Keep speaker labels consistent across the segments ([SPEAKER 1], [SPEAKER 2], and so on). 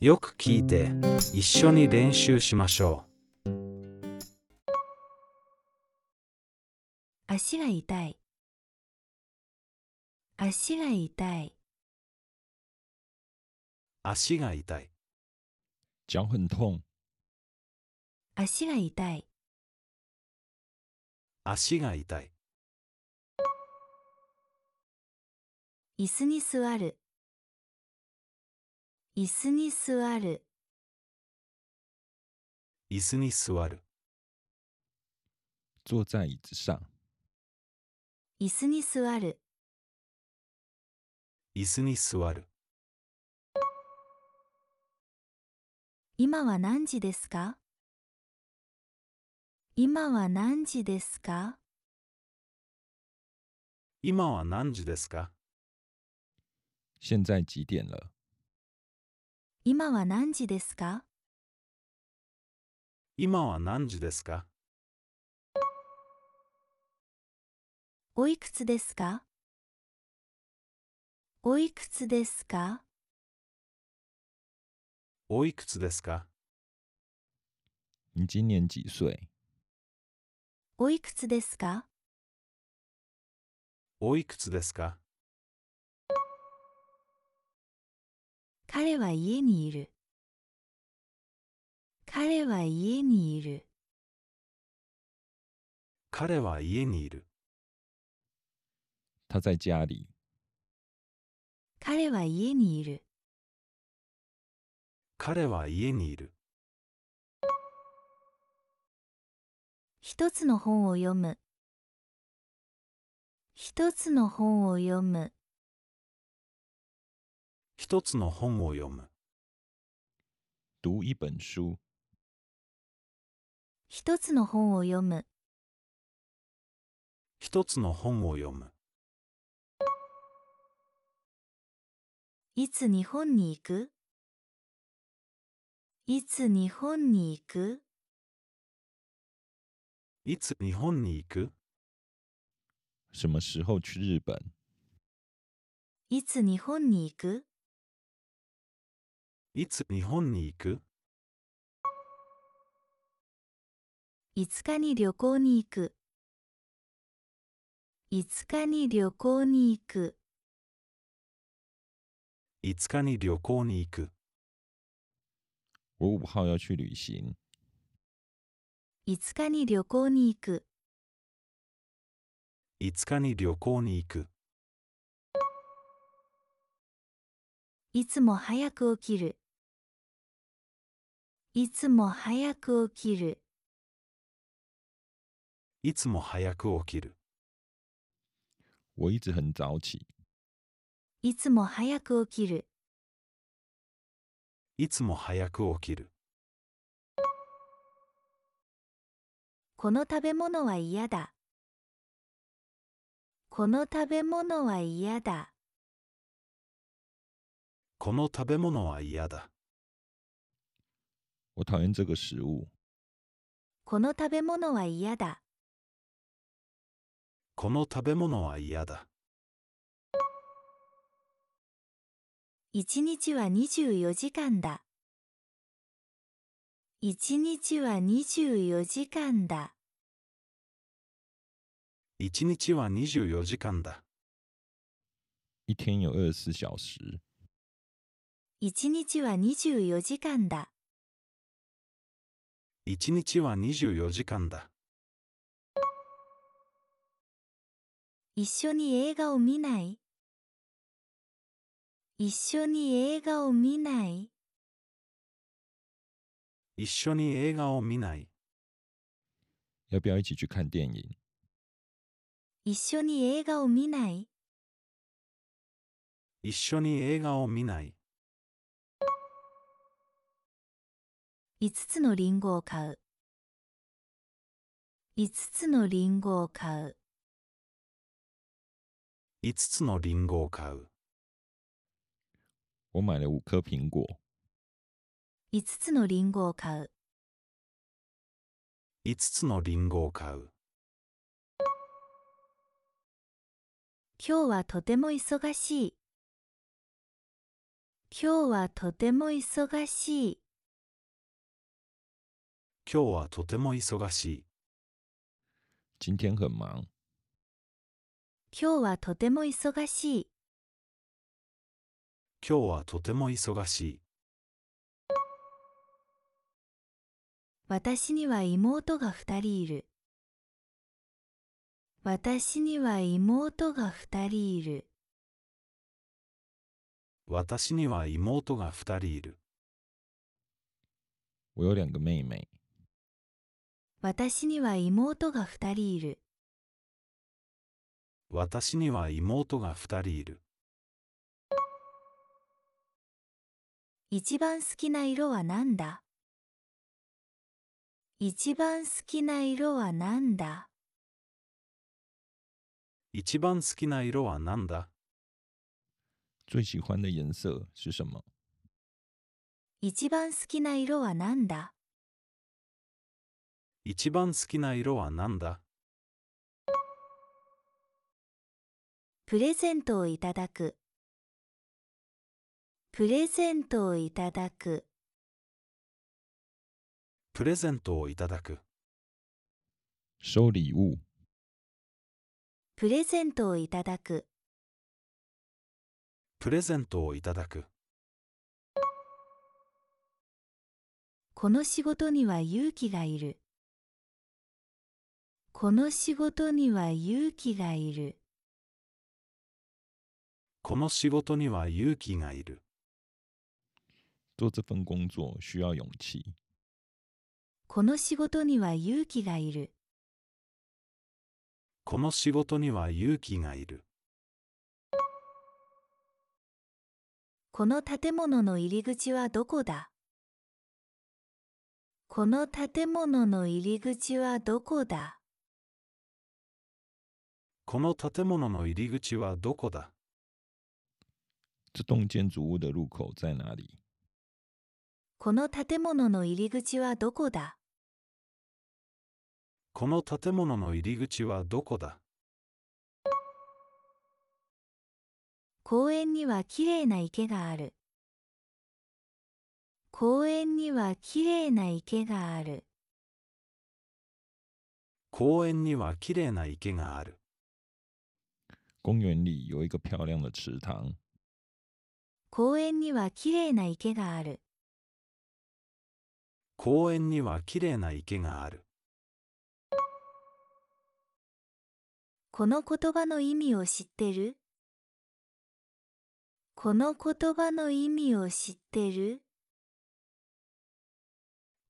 [SPEAKER 1] よく聞いて一緒に練習しましょ
[SPEAKER 2] 足が痛い足が痛いう
[SPEAKER 1] 足が痛い
[SPEAKER 3] 脚很痛，
[SPEAKER 2] 足が痛い
[SPEAKER 1] 足が痛い
[SPEAKER 2] 椅子に座る椅子に座る
[SPEAKER 1] 椅子に座る
[SPEAKER 3] 坐在椅子上，
[SPEAKER 2] 椅子に座る
[SPEAKER 1] 椅子に座る
[SPEAKER 2] 今は何時ですか今は何時ですか
[SPEAKER 1] 今は何時ですか
[SPEAKER 3] 现在几点了？
[SPEAKER 2] 今は何時ですか
[SPEAKER 1] 今は何時ですか
[SPEAKER 2] おいくつですかおいくつですか
[SPEAKER 1] おいくつですか
[SPEAKER 3] 你今年几岁？
[SPEAKER 2] おいくつですか
[SPEAKER 1] おいくつですか
[SPEAKER 2] 彼は家にいる彼は家にいる
[SPEAKER 1] 彼は家にいる
[SPEAKER 3] 他在家里，
[SPEAKER 2] 彼は家にいる
[SPEAKER 1] 彼は家にいる
[SPEAKER 2] 一つの本を読む一つの本を読む
[SPEAKER 1] 一つの本を読む
[SPEAKER 3] 读一本书，
[SPEAKER 2] 一つの本を読む
[SPEAKER 1] 一つの本を読む
[SPEAKER 2] いつ日本に行くいつ日本に行く
[SPEAKER 1] いつ日本に行く
[SPEAKER 3] 什么时候去日本？
[SPEAKER 2] いつ日本に行く
[SPEAKER 1] いつ日本に行く
[SPEAKER 2] 5日に旅行に行く5日に旅行に行く
[SPEAKER 1] 5日に旅行に行く
[SPEAKER 3] 我五号要去旅行，
[SPEAKER 2] 5日に旅行に行く
[SPEAKER 1] 5日に旅行に行く
[SPEAKER 2] いつも早く起きるいつも早く起きる
[SPEAKER 1] いつも早く起きる
[SPEAKER 3] 我一直很早起，
[SPEAKER 2] いつも早く起きる
[SPEAKER 1] いつも早く起きる
[SPEAKER 2] この食べ物は嫌だこの食べ物は嫌だ
[SPEAKER 1] この食べ物は嫌だ
[SPEAKER 3] 我讨厌这个食物，
[SPEAKER 2] この食べ物は嫌だ
[SPEAKER 1] この食べ物は嫌だ
[SPEAKER 2] 一日は24時間だ一日は24時間だ
[SPEAKER 1] 1日は24時間だ
[SPEAKER 3] 一天有二十四小时，
[SPEAKER 2] 一日は24時間だ
[SPEAKER 1] 1日は24時間だ
[SPEAKER 2] 一緒に映画を見ない一緒に映画を見ない
[SPEAKER 1] 一緒に映画を見ない
[SPEAKER 3] 要不要一起去看电影？
[SPEAKER 2] 一緒に映画を見ない
[SPEAKER 1] 一緒に映画を見ない
[SPEAKER 2] 5つのリンゴを買う5つのリンゴを買う
[SPEAKER 1] 5つのリンゴを買う
[SPEAKER 3] 我买了五颗苹果，
[SPEAKER 2] 5つのリンゴを買う
[SPEAKER 1] 5つのリンゴを買う
[SPEAKER 2] 今日はとても忙しい今日はとても忙しい。
[SPEAKER 1] 今日はとても忙しい。
[SPEAKER 3] 今天很忙。
[SPEAKER 2] 今日はとても忙しい。
[SPEAKER 1] 今日はとても忙しい。
[SPEAKER 2] 私には妹が二人いる。私には妹が二人いる。
[SPEAKER 1] 私には妹が二人いる。
[SPEAKER 3] 我有两个妹妹，
[SPEAKER 2] 私には妹が二人いる。
[SPEAKER 1] 私には妹が二人いる。
[SPEAKER 2] 一番好きな色は何だ一番好きな色は何だ
[SPEAKER 1] 一番好きな色は何だ
[SPEAKER 3] 最喜欢的颜色是什么？
[SPEAKER 2] 一番好きな色は何だ
[SPEAKER 1] 一番好きな色は何だ
[SPEAKER 2] プレゼントをいただく。プレゼントをいただく。
[SPEAKER 1] プレゼントをいただく。
[SPEAKER 3] 收礼物。
[SPEAKER 2] プレゼントをいただく。
[SPEAKER 1] プレゼントをいただく。
[SPEAKER 2] この仕事には勇気がいる。この仕事には勇気がいる。
[SPEAKER 1] この仕事には勇気がいる。
[SPEAKER 3] 做这份工作需要勇气。
[SPEAKER 2] この仕事には勇気がいる。
[SPEAKER 1] この仕事には勇気がいる。
[SPEAKER 2] この建物の入り口はどこだこの建物の入り口はどこだ
[SPEAKER 1] この建物の入り口はどこだ
[SPEAKER 3] 这栋建筑物的入口在哪里？
[SPEAKER 2] この建物の入り口はどこだ
[SPEAKER 1] この建物の入り口はどこだ
[SPEAKER 2] 公園にはきれいな池がある。公園にはきれいな池がある。
[SPEAKER 1] 公園にはきれいな池がある。
[SPEAKER 3] 公园里有一个漂亮的池塘。
[SPEAKER 2] 公園にはきれいな池がある。
[SPEAKER 1] 公園にはきれいな池がある。
[SPEAKER 2] この言葉の意味を知ってるこの言葉の意味を知ってる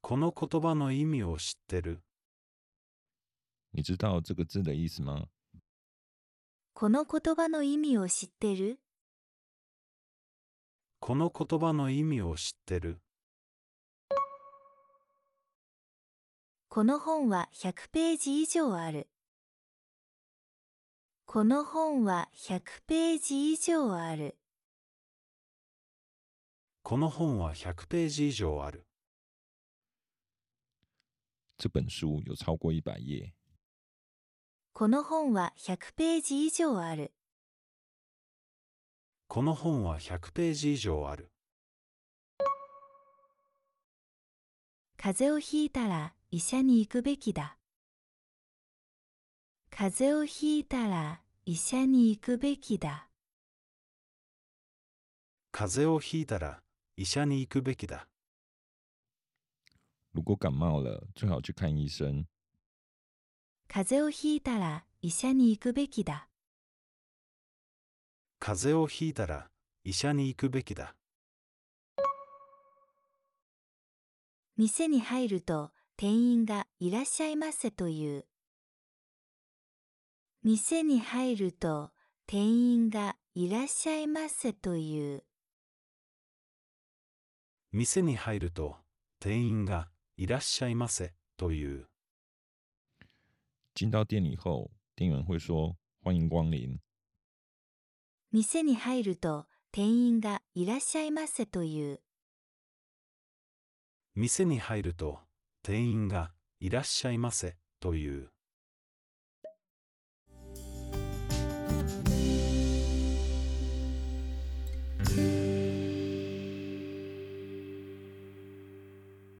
[SPEAKER 1] この言葉の意味を知ってる。
[SPEAKER 3] 你知道这个字的意思吗？
[SPEAKER 2] この言葉の意味を知ってる
[SPEAKER 1] この言葉の意味を知ってる。
[SPEAKER 2] この本は100ページ以上ある。この本は100ページ以上ある。
[SPEAKER 1] この本は100ページ以上ある。
[SPEAKER 3] 这本书有超过一百页。
[SPEAKER 2] この本は100ページ以上ある。
[SPEAKER 1] この本は100ページ以上ある。
[SPEAKER 2] 風邪をひいたら医者に行くべきだ。風邪をひいたら医者に行くべきだ。
[SPEAKER 1] 風邪をひいたら医者に行くべきだ。
[SPEAKER 3] 如果感冒了，最好去看医生。
[SPEAKER 2] 風邪をひいたら医者に行くべきだ。
[SPEAKER 1] 風邪をひいたら医者に行くべきだ。
[SPEAKER 2] 店に入ると店員がいらっしゃいませという。店に入ると店員がいらっしゃいませという。
[SPEAKER 1] 店に入ると店員がいらっしゃいませという。
[SPEAKER 3] 进到店里后，店员会说：“欢迎光临。
[SPEAKER 2] 店に入ると店員がいらっしゃいませという。
[SPEAKER 1] 店に入ると店員がいらっしゃいませという。